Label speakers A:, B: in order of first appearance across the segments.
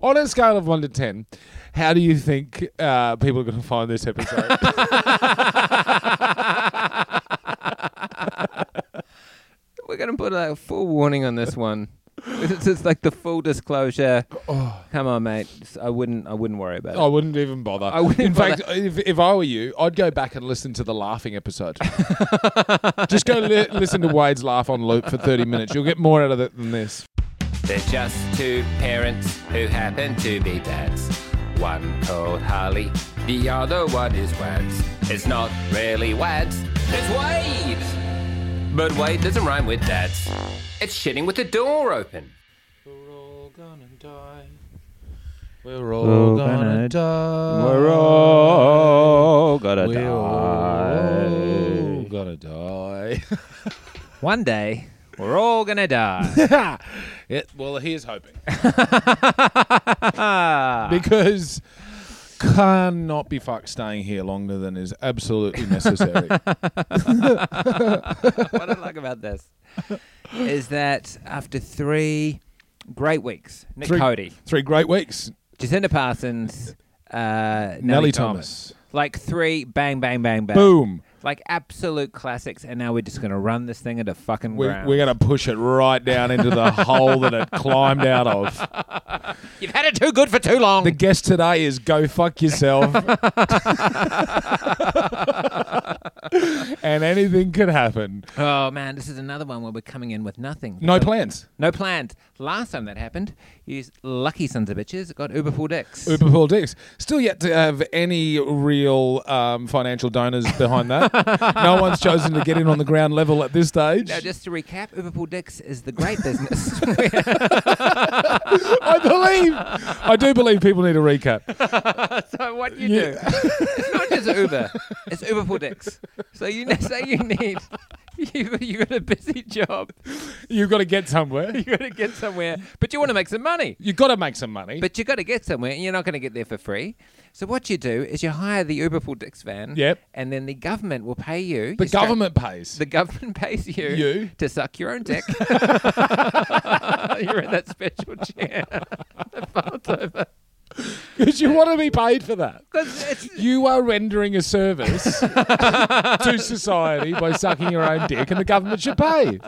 A: On a scale of one to ten, how do you think uh, people are going to find this episode?
B: We're going to put a full warning on this one. It's just like the full disclosure. Come on, mate. I wouldn't. I wouldn't worry about it.
A: I wouldn't even bother.
B: I wouldn't
A: In
B: bother.
A: fact, if, if I were you, I'd go back and listen to the laughing episode. Just go li- listen to Wade's laugh on loop for 30 minutes. You'll get more out of it than this.
B: They're just two parents who happen to be dads. One called Harley, the other one is Wads. It's not really Wads, it's Wade! But Wade doesn't rhyme with dads. It's shitting with the door open.
C: We're all gonna die. We're all gonna
B: gonna
C: die.
B: all gonna
C: We're all gonna die.
B: One day, we're all gonna die.
A: Yeah, well, here's hoping.
B: Big
A: Because cannot be fucked staying here longer than is absolutely necessary.
B: what I like about this is that after three great weeks, Nick
A: Three-
B: Cody,
A: Three great weeks.
B: Jacinda Parsons, uh, Nellie,
A: Nellie
B: Thomas.
A: Thomas.
B: like three bang, bang, bang, bang,
A: Boom.
B: like absolute classics, and now we're just gonna run this thing into fucking
A: We're,
B: ground.
A: we're going to push it right down into the hole that it climbed out of.
B: You've had it too good for too long.
A: The guest today is go fuck yourself. and anything could happen.
B: oh man, this is another one where we're coming in with nothing.
A: No plans.
B: No plans. Last time that happened, you lucky sons of bitches got uber full dicks.
A: Uber Paul Dix. Still yet to have any real um, financial donors behind that. no one's chosen to get in on the ground level at this stage.
B: Now, just to recap, Uber Pool Dicks is the great business.
A: I believe. I do believe people need a recap.
B: so what you
A: Yeah.
B: do? It's not just Uber. It's Uber Pool Dicks. So you ne- say you need. You you got a busy job.
A: You've got to get somewhere.
B: You got to get somewhere, but you want to make some money.
A: You've got to make some money.
B: But you got to get somewhere, and you're not going to get there for free. So what you do is you hire the Uber Pool Dicks van.
A: Yep.
B: And then the government will pay you.
A: the
B: you stra-
A: government pays.
B: The government pays you,
A: You.
B: to suck your own dick. You're in that special chair.
A: Because you want to be paid for that.
B: 'Cause it's-
A: You are rendering a service to society by sucking your own dick, and the government should pay.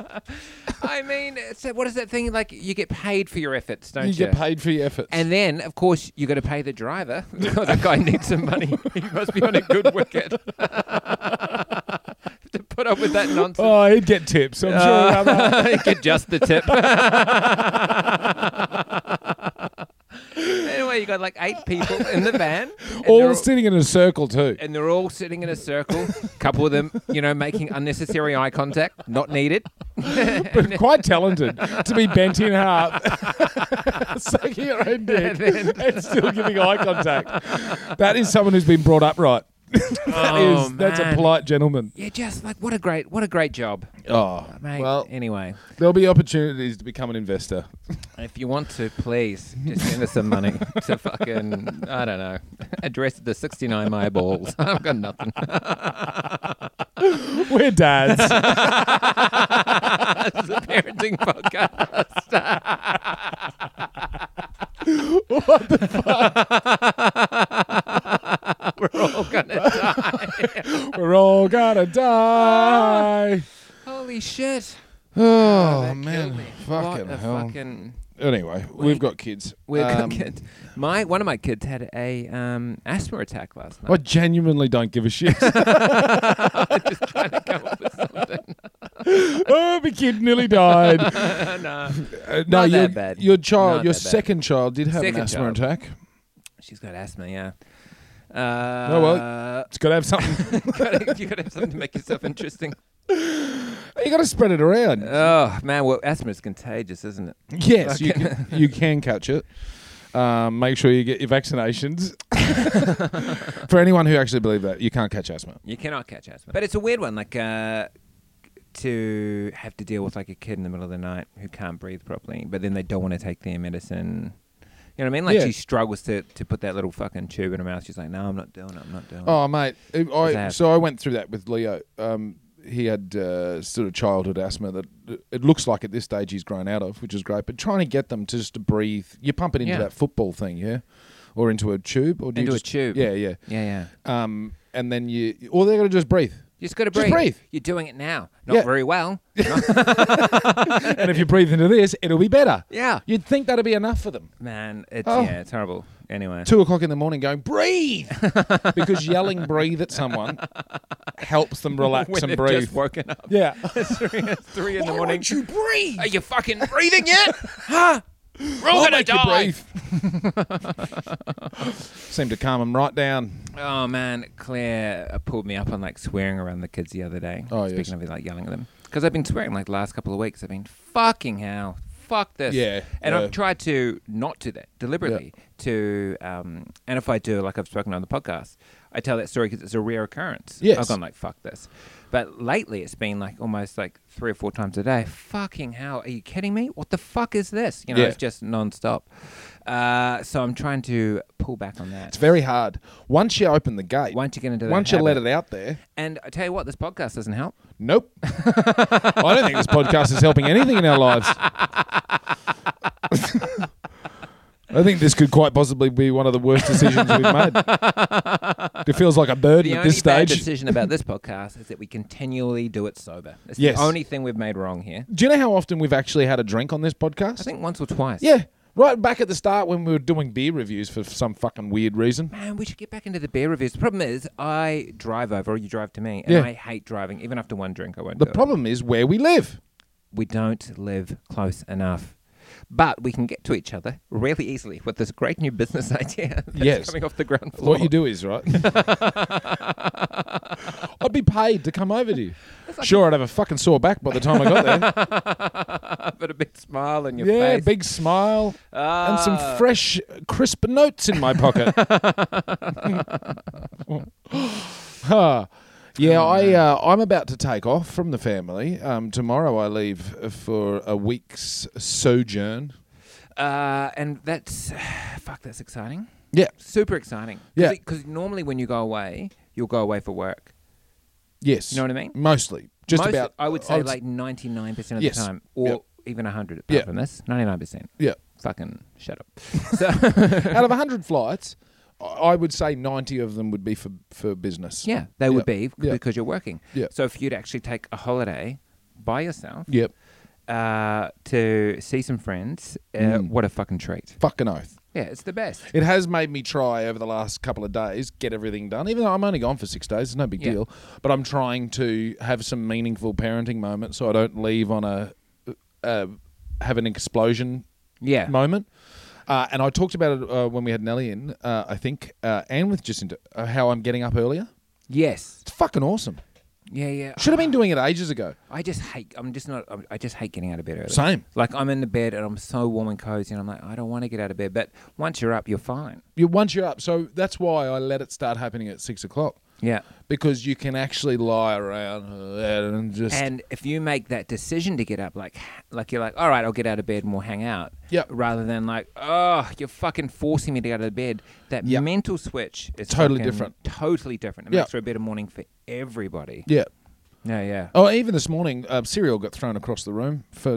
B: I mean, it's, what is that thing like? You get paid for your efforts, don't
A: You
B: you?
A: get paid for your efforts.
B: And then, of course, you got to pay the driver. oh, that guy needs some money. He must be on a good wicket to put up with that nonsense.
A: oh, he'd get tips. I'm sure. about that.
B: Uh, get just the tip. anyway, you got like eight people in the van, and,
A: All
B: they're, all,
A: sitting in a circle too.
B: and they're all sitting in a circle. couple of them, you know, making unnecessary eye contact, not needed.
A: But quite talented to be bent in half, sucking your own dick, and still giving eye contact. That is someone who's been brought up right. That
B: Oh,
A: is- that's a
B: man.
A: polite gentleman.
B: Yeah, just like what a great, what a great job,
A: Oh,
B: mate.
A: well,
B: anyway.
A: there'll be opportunities to become an investor.
B: If you want to, please just send us some money to fucking I don't know. Address the sixty nine my balls. I've got nothing.
A: We're dads.
B: It's a parenting podcast. what the fuck? We're all gonna die.
A: We're all gonna die.
B: Holy shit!
A: Oh,
B: That
A: man,
B: killed me.
A: fucking
B: what a
A: hell.
B: Fucking,
A: Anyway, we've got kids.
B: we're
A: Um,
B: gonna get my one of my kids had a um, asthma attack last night.
A: I genuinely don't give a shit.
B: Just trying to come up with something.
A: oh, my kid nearly died. Uh,
B: no.
A: no,
B: Not that
A: your,
B: bad.
A: your child,
B: Not
A: your
B: that bad.
A: second child, did have
B: Second
A: an asthma
B: child.
A: attack.
B: She's got asthma, yeah. Uh,
A: Oh, It's got to have something.
B: gotta, you gotta have something to make yourself interesting.
A: you got to spread it around.
B: Oh man, well, asthma is contagious, isn't it?
A: yes, you can, you can catch it. Um, make sure you get your vaccinations. For anyone who actually believe that, you can't catch asthma.
B: You cannot catch asthma, but it's a weird one. Like uh, to have to deal with like a kid in the middle of the night who can't breathe properly, but then they don't want to take their medicine. You know what I mean? Like
A: Yeah.
B: she struggles to, to put that little fucking tube in her mouth. She's like, "No, I'm not doing it. I'm not doing it."
A: Oh mate, Oh, I,
B: Sad.
A: so I went through that with Leo. Um, he had uh, sort of childhood asthma that uh, it looks like at this stage he's grown out of, which is great. But trying to get them to just to breathe, you pump it into
B: Yeah.
A: that football thing, yeah, or into a tube, or do
B: Into
A: you
B: a
A: just,
B: tube.
A: yeah, yeah.
B: Yeah, yeah.
A: Um, and then you, or they're going to just breathe.
B: You just got to
A: Just
B: breathe.
A: breathe.
B: You're doing it now. Not
A: Yeah.
B: very well.
A: and if you breathe into this, it'll be better.
B: Yeah.
A: You'd think that'd be enough for them.
B: Man, it's
A: Oh.
B: yeah, it's horrible. Anyway.
A: Two o'clock in the morning, going breathe, because yelling breathe at someone helps them relax
B: When
A: and
B: they've
A: breathe.
B: just woken up.
A: Yeah,
B: It's three, it's three in the
A: Why
B: morning.
A: won't you breathe?
B: Are you fucking breathing yet? huh? We're all
A: I'll
B: gonna
A: make you
B: die.
A: breathe. Seemed to calm him right down.
B: Oh man, Claire uh, pulled me up on like swearing around the kids the other day.
A: Oh,
B: speaking
A: yes.
B: of like yelling at them, because I've been swearing like the last couple of weeks. I've been fucking hell, fuck this.
A: Yeah,
B: and
A: yeah.
B: I've tried to not do that deliberately. To um, and if I do, like I've spoken on the podcast, I tell that story because it's a rare occurrence.
A: Yes.
B: I've gone like fuck this, but lately it's been like almost like three or four times a day. Fucking hell, are you kidding me? What the fuck is this? You know,
A: Yeah.
B: it's just nonstop. Uh, so I'm trying to pull back on that.
A: It's very hard. Once you open the gate,
B: Once you get into that
A: once you let
B: habit.
A: it out there,
B: And I tell you what, this podcast doesn't help.
A: nope. I don't think this podcast is helping anything in our lives. I think this could quite possibly be one of the worst decisions we've made. It feels like a burden
B: The
A: at
B: only
A: this
B: bad
A: stage.
B: decision about this podcast is that we continually do it sober. It's
A: Yes.
B: the only thing we've made wrong here.
A: Do you know how often we've actually had a drink on this podcast?
B: I think once or twice.
A: yeah, right back at the start when we were doing beer reviews for some fucking weird reason.
B: Man, we should get back into the beer reviews. The problem is, I drive over, or you drive to me, and
A: Yeah.
B: I hate driving. Even after one drink, I won't
A: The
B: do
A: problem is where we live.
B: it. We don't live close enough. But we can get to each other really easily with this great new business idea that's
A: Yes.
B: coming off the ground floor.
A: What you do is right. I'd be paid to come over to you. Sure, I'd have a fucking sore back by the time I got there.
B: Put a big smile on your
A: yeah,
B: face.
A: big smile and some
B: Ah.
A: fresh, crisp notes in my pocket. Huh.
B: Oh,
A: Yeah, I uh, I'm about to take off from the family. Um, tomorrow I leave for a week's sojourn.
B: Uh, and that's, fuck, that's exciting.
A: Yeah,
B: Super exciting. Cause
A: Yeah.
B: Because normally when you go away, you'll go away for work.
A: yes.
B: You know what I mean?
A: Mostly, just
B: Most-
A: about.
B: I would say
A: I'd s-
B: like 99% of
A: Yes.
B: the time, or
A: Yep.
B: even 100 apart
A: Yeah.
B: from this. 99%.
A: yeah.
B: Fucking shut up. So,
A: out of 100 flights I- i would say 90 of them would be for, for business
B: yeah, they would be
A: Yep. Yep.
B: because you're working.
A: Yep.
B: So if you'd actually take a holiday by yourself
A: yep
B: uh, to see some friends, uh, what a fucking treat.
A: fucking oath
B: Yeah, it's the best.
A: it has made me try over the last couple of days get everything done even though i'm only gone for six days it's no big
B: Yeah.
A: deal but i'm trying to have some meaningful parenting moments so i don't leave on a uh, have an explosion
B: Yeah.
A: moment. Uh, and I talked about it uh, when we had Nelly in, uh, I think, uh, and with Jacinta, uh, how I'm getting up earlier.
B: yes.
A: It's fucking awesome.
B: Yeah, yeah.
A: Should have been doing it ages ago.
B: I just hate. I'm just not. I'm- I just hate getting out of bed early.
A: Same.
B: Like I'm in the bed and I'm so warm and cozy, and I'm like, I don't want to get out of bed. But once you're up, you're fine.
A: you once you're up. So that's why I let it start happening at six o'clock
B: Yeah.
A: because you can actually lie around and just
B: And if you make that decision to get up, like, like you're like, all right, I'll get out of bed and we'll hang out.
A: Yep.
B: Rather than like, oh, you're fucking forcing me to get out of bed. That
A: Yep.
B: mental switch is
A: Totally
B: fucking
A: different.
B: Totally different. It
A: Yeah.
B: makes for a better morning for everybody.
A: yeah.
B: Yeah, yeah.
A: Oh, even this morning, um, cereal got thrown across the room for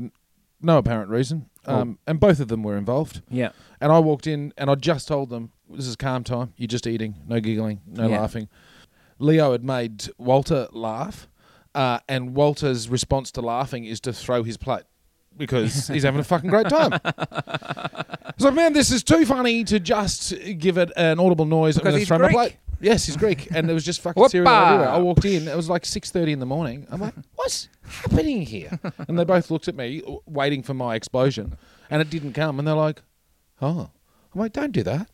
A: no apparent reason,
B: Oh.
A: um, and both of them were involved.
B: Yeah.
A: And I walked in and I just told them, "This is calm time. You're just eating. No giggling. No
B: Yeah.
A: laughing." Leo had made Walter laugh, uh, and Walter's response to laughing is to throw his plate because he's having a fucking great time. So, man, this is too funny to just give it an audible noise. I'm
B: Because
A: gonna
B: he's
A: throw my
B: Greek.
A: plate. Yes, he's Greek, and there was just fucking
B: Whoopa.
A: cereal everywhere. I walked in. It was like six thirty in the morning. I'm like, "What's happening here?" And they both looked at me, w- waiting for my explosion, and it didn't come. And they're like, "Oh," I'm like, "Don't do that."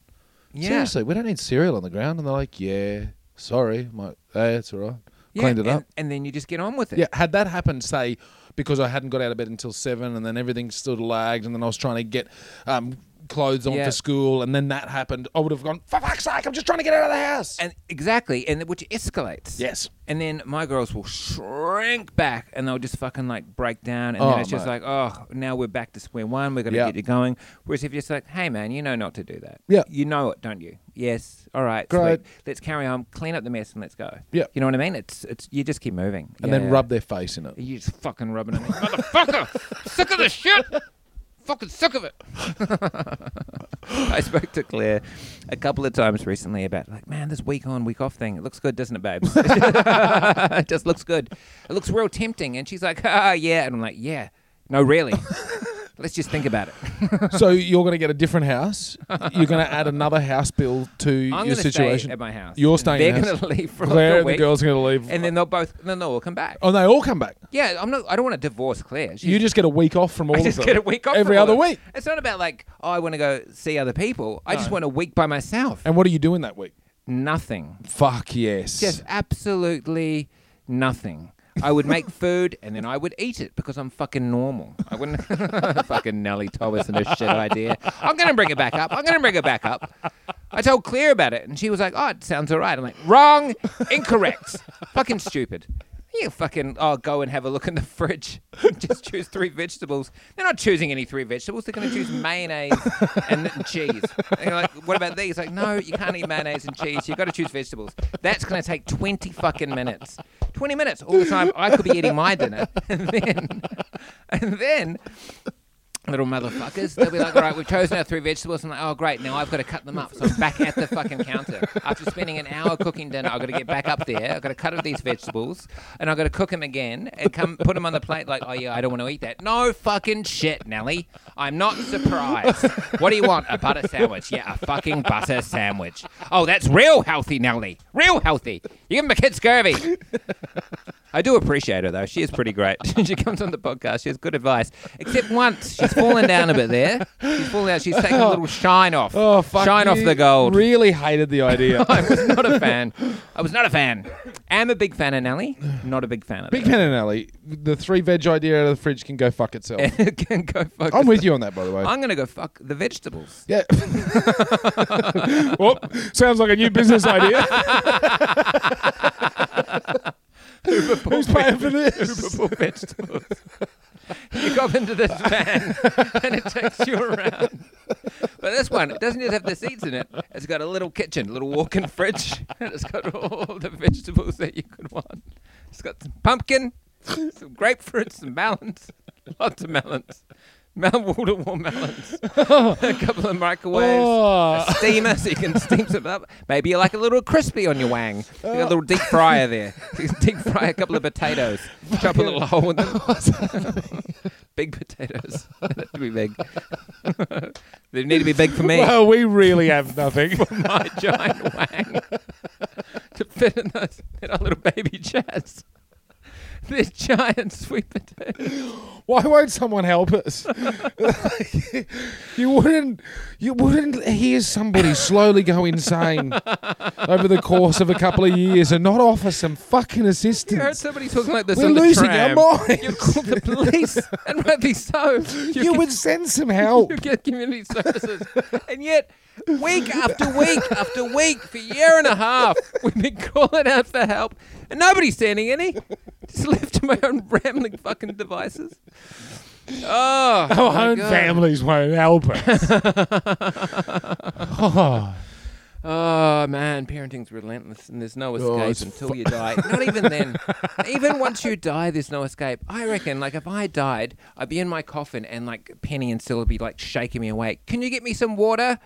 B: Yeah.
A: Seriously, we don't need cereal on the ground. And they're like, "Yeah, sorry." I'm like, "Hey, it's all right."
B: Yeah,
A: Cleaned it
B: and-
A: up.
B: And then you just get on with it.
A: Yeah, had that happened, say, because I hadn't got out of bed until seven, and then everything still lagged, and then I was trying to get um, clothes on
B: Yeah.
A: for school, and then that happened, I would have gone, for fuck's sake, I'm just trying to get out of the house.
B: and exactly, and which escalates.
A: yes.
B: And then my girls will shrink back and they'll just fucking like break down. And
A: Oh,
B: then it's just
A: mate.
B: like, oh, now we're back to square one. We're going to
A: Yeah.
B: get you going. Whereas if you're just like, hey, man, you know not to do that.
A: Yeah.
B: You know it, don't you? Yes. All right.
A: Great.
B: Sweet. Let's carry on, clean up the mess and let's go.
A: Yeah.
B: You know what I mean? It's, it's, you just keep moving.
A: And
B: Yeah.
A: then rub their face in it.
B: You just fucking rubbing it. in. Motherfucker! sick of this shit! Fucking sick of it. I spoke to Claire a couple of times recently about like, man, this week on, week off thing. It looks good, doesn't it, babes? it just looks good. It looks real tempting. And she's like, ah, yeah. And I'm like, yeah. No, really. Let's just think about it.
A: so you're going to get a different house. You're going to add another house bill to
B: I'm
A: your
B: going to stay
A: situation.
B: at my house.
A: You're staying
B: They're
A: in
B: going
A: house.
B: to leave for
A: Claire
B: like a
A: and the
B: week.
A: girls are going to leave.
B: and then they'll both, then they'll all come back.
A: oh, they all come back.
B: Yeah, I'm not. I don't want to divorce Claire. She's
A: You just get a week off from all
B: I
A: of
B: just
A: them.
B: get a week off
A: every
B: from all
A: other
B: of it.
A: week.
B: It's not about like oh, I want to go see other people. I just want a week by myself.
A: And what are you doing that week?
B: Nothing.
A: Fuck yes.
B: Just absolutely nothing. I would make food and then I would eat it because I'm fucking normal. I wouldn't fucking Nellie Thomas and her shit idea. I'm gonna bring it back up. I'm gonna bring it back up. I told Claire about it and she was like, "Oh, it sounds alright." I'm like, "Wrong, incorrect, fucking stupid." You fucking oh, go and have a look in the fridge. Just choose three vegetables. They're not choosing any three vegetables. They're going to choose mayonnaise and cheese. And you're like, what about these? Like, no, you can't eat mayonnaise and cheese. You've got to choose vegetables. That's going to take twenty fucking minutes. Twenty minutes all the time. I could be eating my dinner, and then, and then little motherfuckers. They'll be like, all right, we've chosen our three vegetables. I'm like, oh, great. Now I've got to cut them up. So I'm back at the fucking counter. After spending an hour cooking dinner, I've got to get back up there. I've got to cut up these vegetables and I've got to cook them again and come put them on the plate. Like, oh, yeah, I don't want to eat that. No fucking shit, Nelly. I'm not surprised. What do you want? A butter sandwich. Yeah, a fucking butter sandwich. Oh, that's real healthy, Nelly. Real healthy. You give my kid scurvy. I do appreciate her though. She is pretty great. she comes on the podcast. She has good advice. Except once, she's fallen down a bit there. She's fallen down. She's taken a little shine off.
A: oh, fuck
B: shine off
A: you
B: the gold.
A: Really hated the idea.
B: I was not a fan. I was not a fan. Am a big fan of Nelly. Not a big fan of
A: Big
B: her.
A: Penanelli, the three veg idea out of the fridge can go fuck itself.
B: Can go fuck.
A: I'm with you on that, by the way.
B: I'm gonna go fuck the vegetables.
A: yeah. well, sounds like a new business idea. Who's paying for this?
B: Full vegetables. you got into this van and it takes you around. But this one, it doesn't just have the seeds in it. It's got a little kitchen, a little walk-in fridge, and it's got all the vegetables that you could want. It's got some pumpkin, some grapefruit, some melons, lots of melons. Mount Waterwall melons, a couple of microwaves, a
A: Oh.
B: steamer so you can steam some up. Maybe you like a little crispy on your wang. You got a little deep fryer there. So you can deep fry a couple of potatoes. Chop a little hole in them. big potatoes. That'd be big. they need to be big for me.
A: Well, we really have nothing.
B: My giant wang to fit in those in our little baby chest. This giant sweet potato.
A: Why won't someone help us? you wouldn't. You wouldn't hear somebody slowly go insane over the course of a couple of years and not offer some fucking
B: You heard
A: assistance.
B: somebody talking like this
A: We're
B: on the
A: losing
B: tram.
A: our minds.
B: You called the police, and rightly so.
A: You,
B: can-
A: would send some help.
B: You get community services. And yet, week after week after week, for a year and a half, we've been calling out for help. And nobody's sending any. Just left to my own rambling fucking devices. Oh, my
A: Our own
B: God.
A: families won't help us. Oh,
B: Oh, man, parenting's relentless and there's no escape
A: Oh, it's
B: until you die. Not even then. even once you die, there's no escape. I reckon, like, if I died, I'd be in my coffin and, like, Penny and Sil would be, like, shaking me awake. Can you get me some water?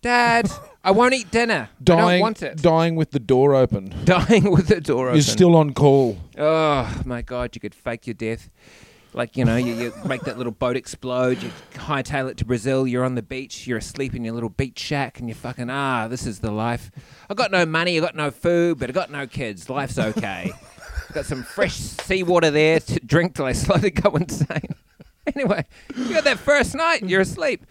B: Dad, I won't eat dinner. I don't
A: dying,
B: want it.
A: dying with the door open.
B: dying with the door open.
A: You're still on call.
B: Oh my god, you could fake your death. Like you know, you, you make that little boat explode. You hightail it to Brazil. You're on the beach. You're asleep in your little beach shack, and you're fucking ah, this is the life. I got no money. I got no food, but I got no kids. Life's okay. got some fresh seawater there to drink till I slowly go insane. anyway, you got that first night. You're asleep,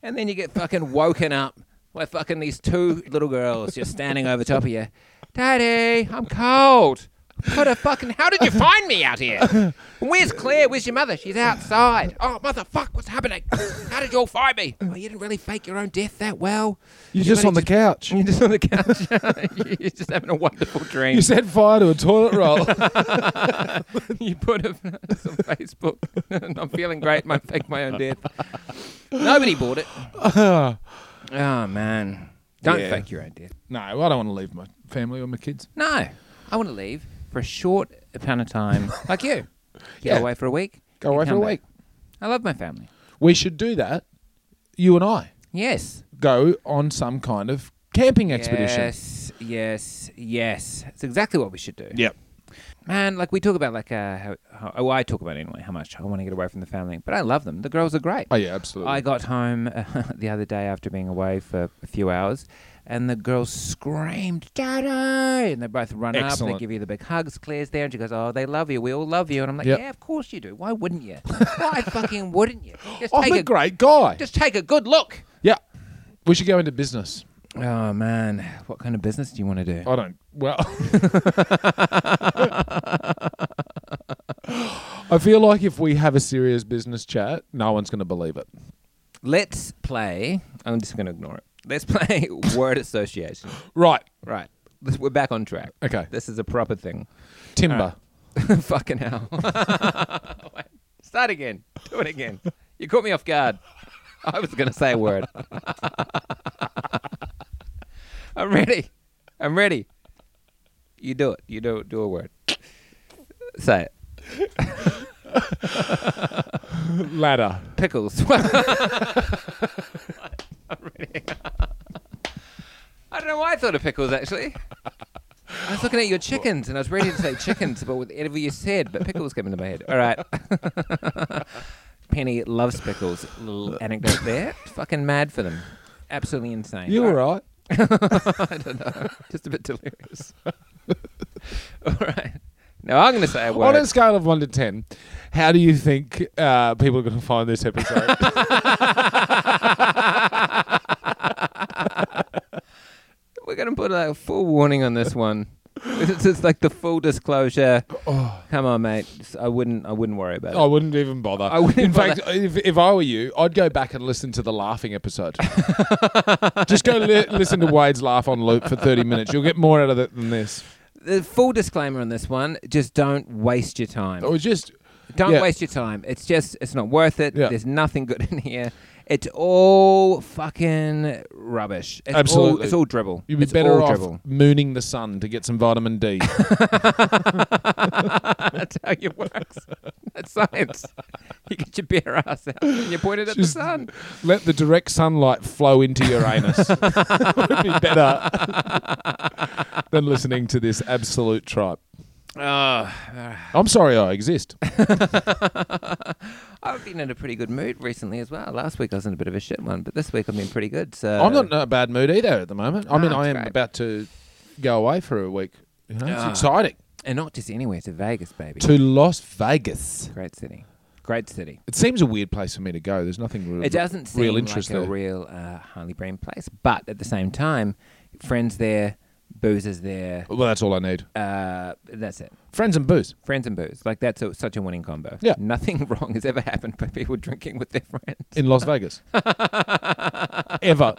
B: and then you get fucking woken up by fucking these two little girls just standing over top of you. Daddy, I'm cold. Could have fucking. How did you find me out here? Where's Claire? Where's your mother? She's outside. Oh, motherfuck, what's happening? How did you all find me? Well, you didn't really fake your own death that well.
A: You're just
B: really
A: on the couch.
B: You're just on the couch. You're just having a wonderful dream.
A: You set fire to a toilet roll.
B: you put it on Facebook. I'm feeling great. My fake my own death. Nobody bought it. Oh man, don't
A: Yeah.
B: fake your own death.
A: no, I don't want to leave my family or my kids.
B: No, I want to leave for a short amount of time, like you.
A: Yeah.
B: Go away for a week.
A: Go
B: and
A: away for
B: come
A: a
B: back.
A: week.
B: I love my family.
A: We should do that. You and I
B: Yes.
A: go on some kind of camping expedition.
B: Yes. Yes. Yes. It's exactly what we should do.
A: Yep.
B: Man, like we talk about, like uh, how, how oh, I talk about anyway, how much I want to get away from the family, but I love them. The girls are great.
A: Oh yeah, absolutely.
B: I got home uh, the other day after being away for a few hours, and the girls screamed, "Daddy!" And they both run up.
A: Excellent.
B: They give you the big hugs. Claire's there, and she goes, "Oh, they love you. We all love you." And I'm like,
A: Yep.
B: "Yeah, of course you do. Why wouldn't you? Why fucking wouldn't you? Just
A: Oh, I'm
B: take
A: a
B: a
A: great guy.
B: just take a good look."
A: yeah. We should go into business.
B: Oh man, what kind of business do you want to do?
A: I don't. Well, I feel like if we have a serious business chat, no one's going to believe it.
B: Let's play. I'm just going to ignore it. Let's play word association.
A: Right.
B: Right, we're back on track.
A: Okay.
B: This is a proper thing.
A: Timber.
B: Fucking hell. Wait, Start again. Do it again. You caught me off guard. I was going to say a word. I'm ready. I'm ready. You do it. You do it. Do a word. Say it.
A: Ladder.
B: Pickles. I'm ready. I don't know why I thought of pickles actually. I was looking at your chickens and I was ready to say chickens, but whatever you said, but pickles came into my head. All right. Penny loves pickles. Little anecdote there. Fucking mad for them. Absolutely insane.
A: You
B: All
A: all right?
B: I don't know. Just a bit delirious. All right. Now I'm going to say a word.
A: On a scale of one to ten, how do you think uh, people are going to find this episode?
B: We're going to put a full warning on this one. It's just like the full disclosure. Come on, mate. Just- I wouldn't. I wouldn't worry about it.
A: I wouldn't even bother.
B: I wouldn't
A: In
B: bother.
A: fact, if, if I were you, I'd go back and listen to the laughing episode. Just go li- listen to Wade's laugh on loop for 30 minutes. You'll get more out of it than this.
B: The full disclaimer on this one. Just don't waste your time.
A: Or just,
B: Don't
A: Oh, yeah.
B: waste your time. It's just. It's not worth it.
A: Yeah.
B: There's nothing good in here. It's all fucking rubbish. It's All,
A: Absolutely.
B: it's all dribble.
A: you'd be
B: It's
A: better
B: all
A: off
B: dribble.
A: mooning the sun to get some vitamin D.
B: That's how it works. That's science. You get your bare ass out and you point it at
A: Just-
B: the sun.
A: Let the direct sunlight flow into your anus. Would be better than listening to this absolute tripe. I'm sorry I exist.
B: I've been in a pretty good mood recently as well. Last week I was in a bit of a shit one, but this week I've been pretty good. So
A: I'm not in a bad mood either at the moment. I
B: No,
A: mean,
B: that's
A: I am
B: great.
A: about to go away for a week. You know, it's
B: Ah.
A: exciting.
B: and not just anywhere to Vegas, baby.
A: to Las Vegas.
B: Great city, great city.
A: It seems a weird place for me to go. There's nothing real.
B: It doesn't seem
A: real
B: like
A: interest
B: a
A: there.
B: real uh, highly brain place, but at the same time, friends there, booze is there.
A: well, that's all I need.
B: Uh, that's it.
A: Friends and booze.
B: Friends and booze, like that's a, such a winning combo.
A: Yeah.
B: nothing wrong has ever happened by people drinking with their friends.
A: in Las Vegas. Ever.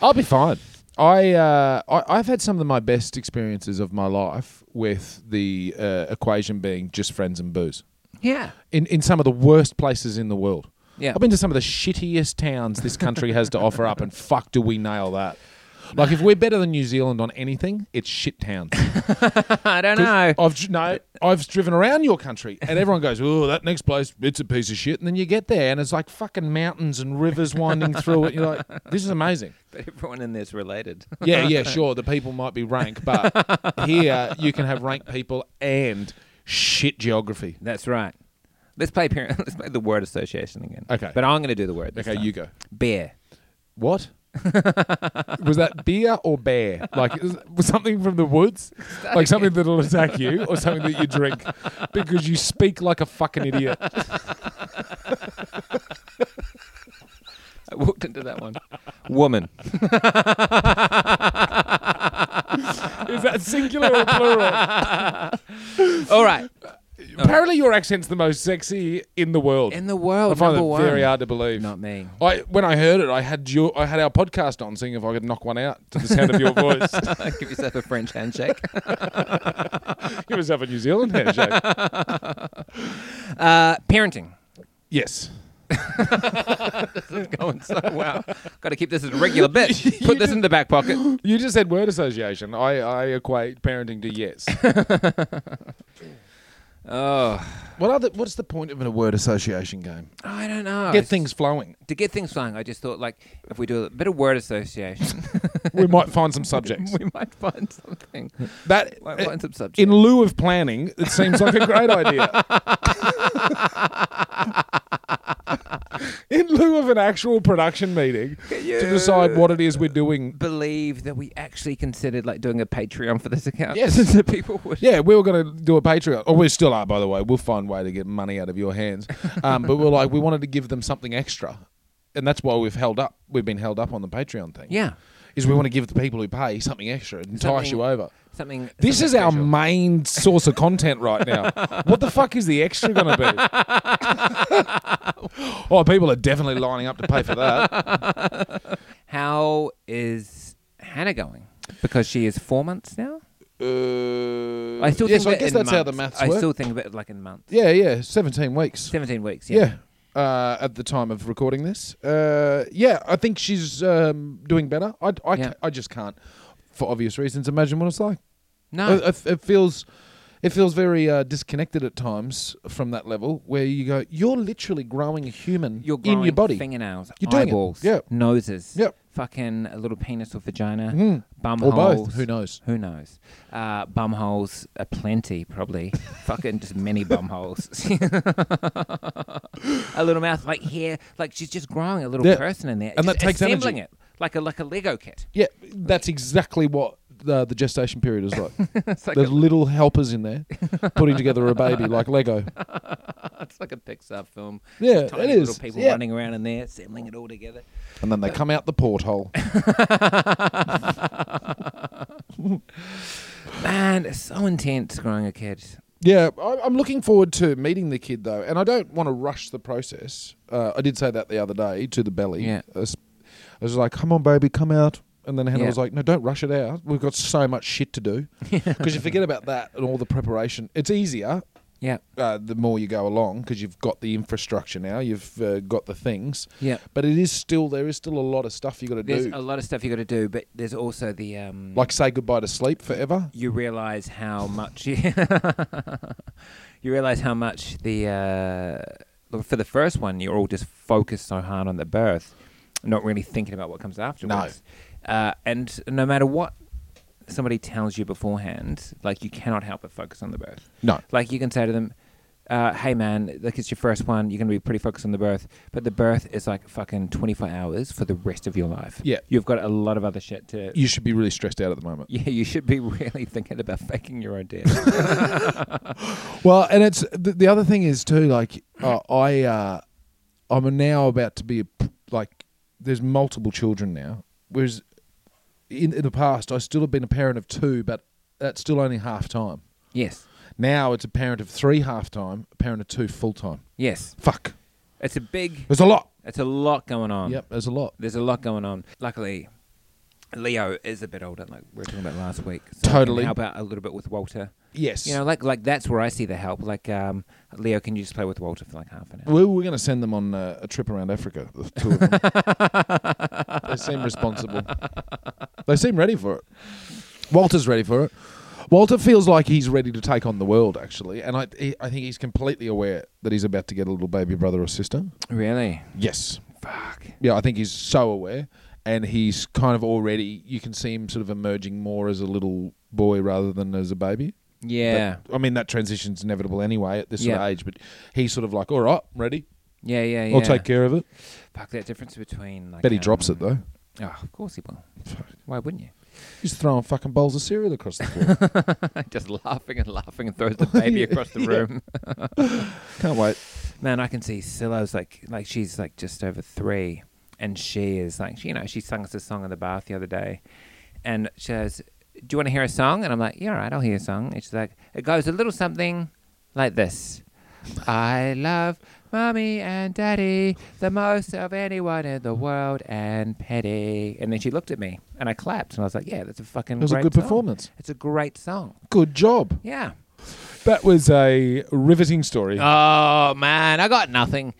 A: I'll be fine. I, uh, I I've had some of my best experiences of my life with the uh, equation being just friends and booze.
B: Yeah,
A: In in some of the worst places in the world.
B: Yeah.
A: I've been to some of the shittiest towns this country has to offer up, and fuck, do we nail that? Like, if we're better than New Zealand on anything, it's shit towns.
B: I don't
A: 'Cause
B: know.
A: I've dr- no, I've driven around your country, and everyone goes, "Oh, that next place, it's a piece of shit." And then you get there, and it's like fucking mountains and rivers winding through it. You're like, "This is amazing."
B: But everyone in there's related.
A: Yeah, yeah, sure. The people might be rank, but here you can have rank people and shit geography.
B: That's right. Let's play parent. Let's play the word association again.
A: Okay.
B: But I'm going to do the word. This
A: Okay,
B: time.
A: you go.
B: bear.
A: What? Was that beer or bear? Like is- was something from the woods? Like something that'll attack you or something that you drink because you speak like a fucking idiot.
B: I walked into that one. Woman.
D: Is that singular or plural?
B: All right.
A: Apparently, your accent's the most sexy in the world.
B: In the world,
A: I find
B: number
A: that
B: one.
A: very hard to believe.
B: Not me.
A: I, when I heard it, I had your, I had our podcast on, seeing if I could knock one out to the sound of your voice.
B: Give yourself a French handshake.
A: Give yourself a New Zealand handshake.
B: Uh, parenting.
A: yes.
B: Going so well. Got to keep this as a regular bit. Put this in the back pocket.
A: You just said word association. I, I equate parenting to yes.
B: Oh,
A: what other, What's the point of a word association game?
B: I don't know.
A: Get things flowing.
B: to get things flowing. I just thought, like, if we do a bit of word association,
A: we might find some subjects.
B: we might find something.
A: That
B: Might find some subject.
A: Uh, in lieu of planning, it seems like a great idea. in lieu of an actual production meeting to decide what it is we're doing.
B: believe that we actually considered like doing a Patreon for this account.
A: Yes.
B: that people would.
A: Yeah, we were going to do a Patreon. Oh, we still are, by the way. We'll find a way to get money out of your hands. Um, but we're like, we wanted to give them something extra. And that's why we've held up. We've been held up on the Patreon thing.
B: Yeah.
A: Is we want to give the people who pay something extra and entice
B: Something-
A: you over.
B: Something.
A: This
B: something
A: is our
B: special.
A: main source of content right now. what the fuck is the extra going to be? oh, people are definitely lining up to pay for that.
B: How is Hannah going? Because she is four months now. I still
A: Uh, yes,
B: think
A: I
B: of it
A: guess
B: in
A: that's how the
B: months.
A: maths
B: I
A: work.
B: still think of it like in months.
A: yeah, yeah, 17 weeks.
B: Seventeen weeks. Yeah.
A: Yeah. Uh, at the time of recording this, uh, yeah, I think she's um, doing better. I, I,
B: Yeah.
A: ca- I just can't, for obvious reasons, imagine what it's like.
B: No.
A: I- I f- it feels it feels very uh, disconnected at times from that level where you go you're literally growing a human
B: you're
A: in your
B: growing
A: body
B: fingernails,
A: You're doing it.
B: eyeballs,
A: Yeah.
B: noses,
A: Yep.
B: fucking a little penis or vagina,
A: Mhm.
B: bum
A: or
B: holes,
A: both who knows
B: Who knows? Uh, bum holes are plenty, probably. Fucking just many bum holes. a little mouth, like hair, like she's just growing a little
A: Yeah.
B: person in there,
A: And
B: just
A: that takes energy.
B: assembling it like a like a Lego kit.
A: yeah that's exactly what the, the gestation period is like
B: It's like
A: there's little helpers in there putting together a baby like lego
B: a, it's like a Pixar film.
A: Yeah,
B: tiny
A: it
B: little
A: is.
B: people
A: Yeah.
B: running around in there, assembling it all together.
A: and then they come out the porthole
B: Man, it's so intense growing a kid.
A: Yeah, I- I'm looking forward to meeting the kid though, and I don't want to rush the process. Uh, I did say that the other day to the belly.
B: Yeah.
A: I was, I was like, "Come on, baby, come out," and then Hannah
B: Yeah.
A: was like, "No, don't rush it out. We've got so much shit to do." Because you forget about that and all the preparation. It's easier
B: Yeah,
A: uh, the more you go along because you've got the infrastructure now, you've uh, got the things.
B: yeah.
A: But it is still there is still a lot of stuff you got to
B: There's
A: do,
B: a lot of stuff you got to do, but there's also the um,
A: like say goodbye to sleep forever.
B: you realize how much you, you realize how much the uh, look, for the first one you're all just focused so hard on the birth, not really thinking about what comes afterwards. Uh, and no matter what somebody tells you beforehand, like you cannot help but focus on the birth.
A: No,
B: Like you can say to them, uh, "Hey man, like it's your first one, you're gonna be pretty focused on the birth, but the birth is like fucking 24 hours for the rest of your life.
A: Yeah.
B: you've got a lot of other shit to
A: you should be really stressed out at the moment.
B: yeah, you should be really thinking about faking your own death.
A: Well, and it's the, the other thing is too. Like uh, I, uh, I'm now about to be a p- like. There's multiple children now, whereas in, in the past I still have been a parent of two, but that's still only half time.
B: yes.
A: Now it's a parent of three half time, a parent of two full time.
B: Yes.
A: Fuck,
B: It's a big
A: there's a lot.
B: it's a lot going on.
A: Yep, there's a lot.
B: There's a lot going on. Luckily Leo is a bit older, like we were talking about last week. So
A: Totally.
B: How about a little bit with Walter?
A: Yes,
B: You know, like like that's where I see the help. Like, um, Leo, can you just play with Walter for like half an hour?
A: we were going to send them on uh, a trip around Africa. The two of them. they seem responsible. They seem ready for it. Walter's ready for it. Walter feels like he's ready to take on the world, actually, and I, he, I think he's completely aware that he's about to get a little baby brother or sister.
B: Really?
A: Yes,
B: Fuck.
A: yeah, I think he's so aware, and he's kind of already. You can see him sort of emerging more as a little boy rather than as a baby.
B: Yeah.
A: But, I mean that transition's inevitable anyway at this sort
B: Yeah.
A: of age, but he's sort of like, all right, I'm ready.
B: yeah, yeah, yeah.
A: I'll take care of it.
B: Fuck that difference between like
A: Bet he
B: um,
A: drops it though.
B: Oh, of course he will. Why wouldn't you?
A: He's throwing fucking bowls of cereal across the floor.
B: Just laughing and laughing and throws the baby across the room.
A: Can't wait.
B: Man, I can see Scylla's like like she's like just over three, and she is like you know she sung us a song in the bath the other day, and she has Do you want to hear a song? And I'm like, Yeah, all right, I'll hear a song. And she's like, It goes a little something like this I love mommy and daddy the most of anyone in the world and Petty. And then she looked at me and I clapped and I was like, Yeah, that's a fucking
A: It was a
B: great
A: good
B: song.
A: performance.
B: It's a great song.
A: Good job.
B: Yeah.
A: That was a riveting story. Ah,
B: Oh, man, I got nothing.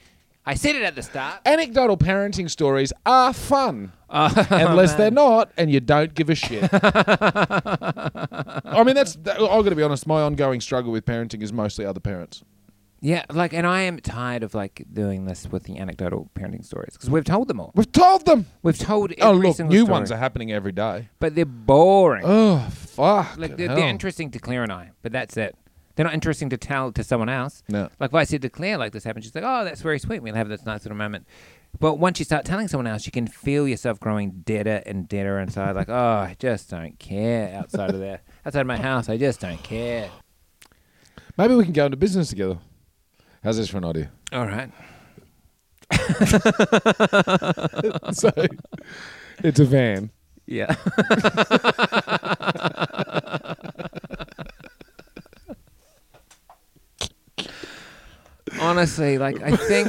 B: I said it at the start.
A: Anecdotal parenting stories are fun. Unless they're not, and you don't give a shit. I mean, that's. That, I'm going to be honest. My ongoing struggle with parenting is mostly other parents.
B: Yeah, like, and I am tired of like doing this with the anecdotal parenting stories because we've told them all.
A: We've told them.
B: We've told every
A: Oh look,
B: single
A: new
B: story,
A: ones are happening every day.
B: but they're boring.
A: Oh fuck!
B: like they're, they're interesting to Claire and I, but that's it. They're not interesting to tell to someone else.
A: No.
B: Like if I said to Claire, like this happened, she's like, "Oh, that's very sweet. We'll have this nice little moment." But once you start telling someone else, you can feel yourself growing deader and deader inside. Like, oh, I just don't care outside of there, outside my house. I just don't care.
A: Maybe we can go into business together. How's this for an idea?
B: All right.
A: so it's a van.
B: Yeah. Honestly, like I think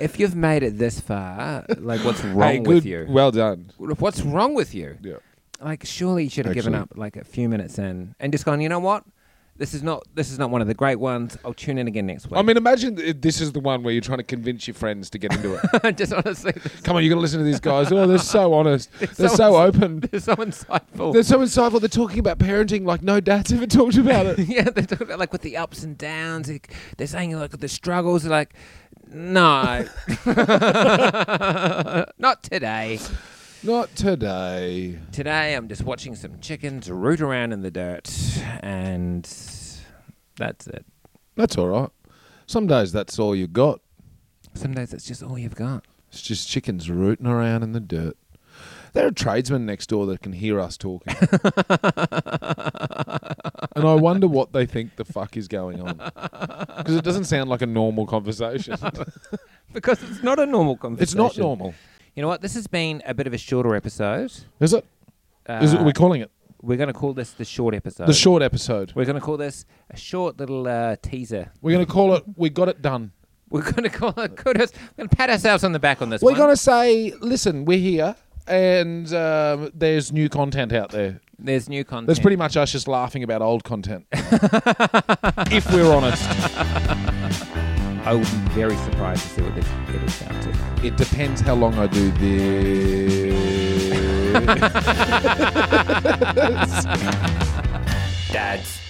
B: if you've made it this far, like what's wrong
A: Hey,
B: with
A: good-
B: you?
A: Well done.
B: what's wrong with you?
A: Yeah.
B: Like surely you should have given
A: Actually-
B: up like a few minutes in and just gone, you know what? This is not this is not one of the great ones. I'll tune in again next week.
A: I mean, imagine th- this is the one where you're trying to convince your friends to get into it.
B: just honestly this-
A: Come on, you got to listen to these guys. Oh, they're so honest. They're
B: so
A: so, open.
B: this is so insightful.
A: They're so insightful. They're talking about parenting like no dad's ever talked about it.
B: yeah, they're talking about like with the ups and downs. Like, they're saying like the struggles. They're like, no, not today.
A: Not today.
B: Today I'm just watching some chickens root around in the dirt, and that's it.
A: That's all right. Some days that's all you got.
B: Some days that's just all you've got.
A: It's just chickens rooting around in the dirt. There are tradesmen next door that can hear us talking. and I wonder what they think the fuck is going on. Because it doesn't sound like a normal conversation.
B: Because it's not a normal conversation.
A: it's not normal.
B: You know what? This has been a bit of a shorter episode.
A: Is it?
B: Uh,
A: Is it we're calling it?
B: we're going to call this the short episode.
A: The short episode.
B: We're going to call this a short little uh, teaser.
A: We're going to call it We Got It Done.
B: We're going to call it kudos. We're going to pat ourselves on the back on this
A: We're
B: one.
A: going to say, listen, we're here and um, there's new content out there.
B: There's new content.
A: That's pretty much us just laughing about old content. if we're honest.
B: I would be very surprised to see what this edits down to.
A: It depends how long I do this.
B: Dads.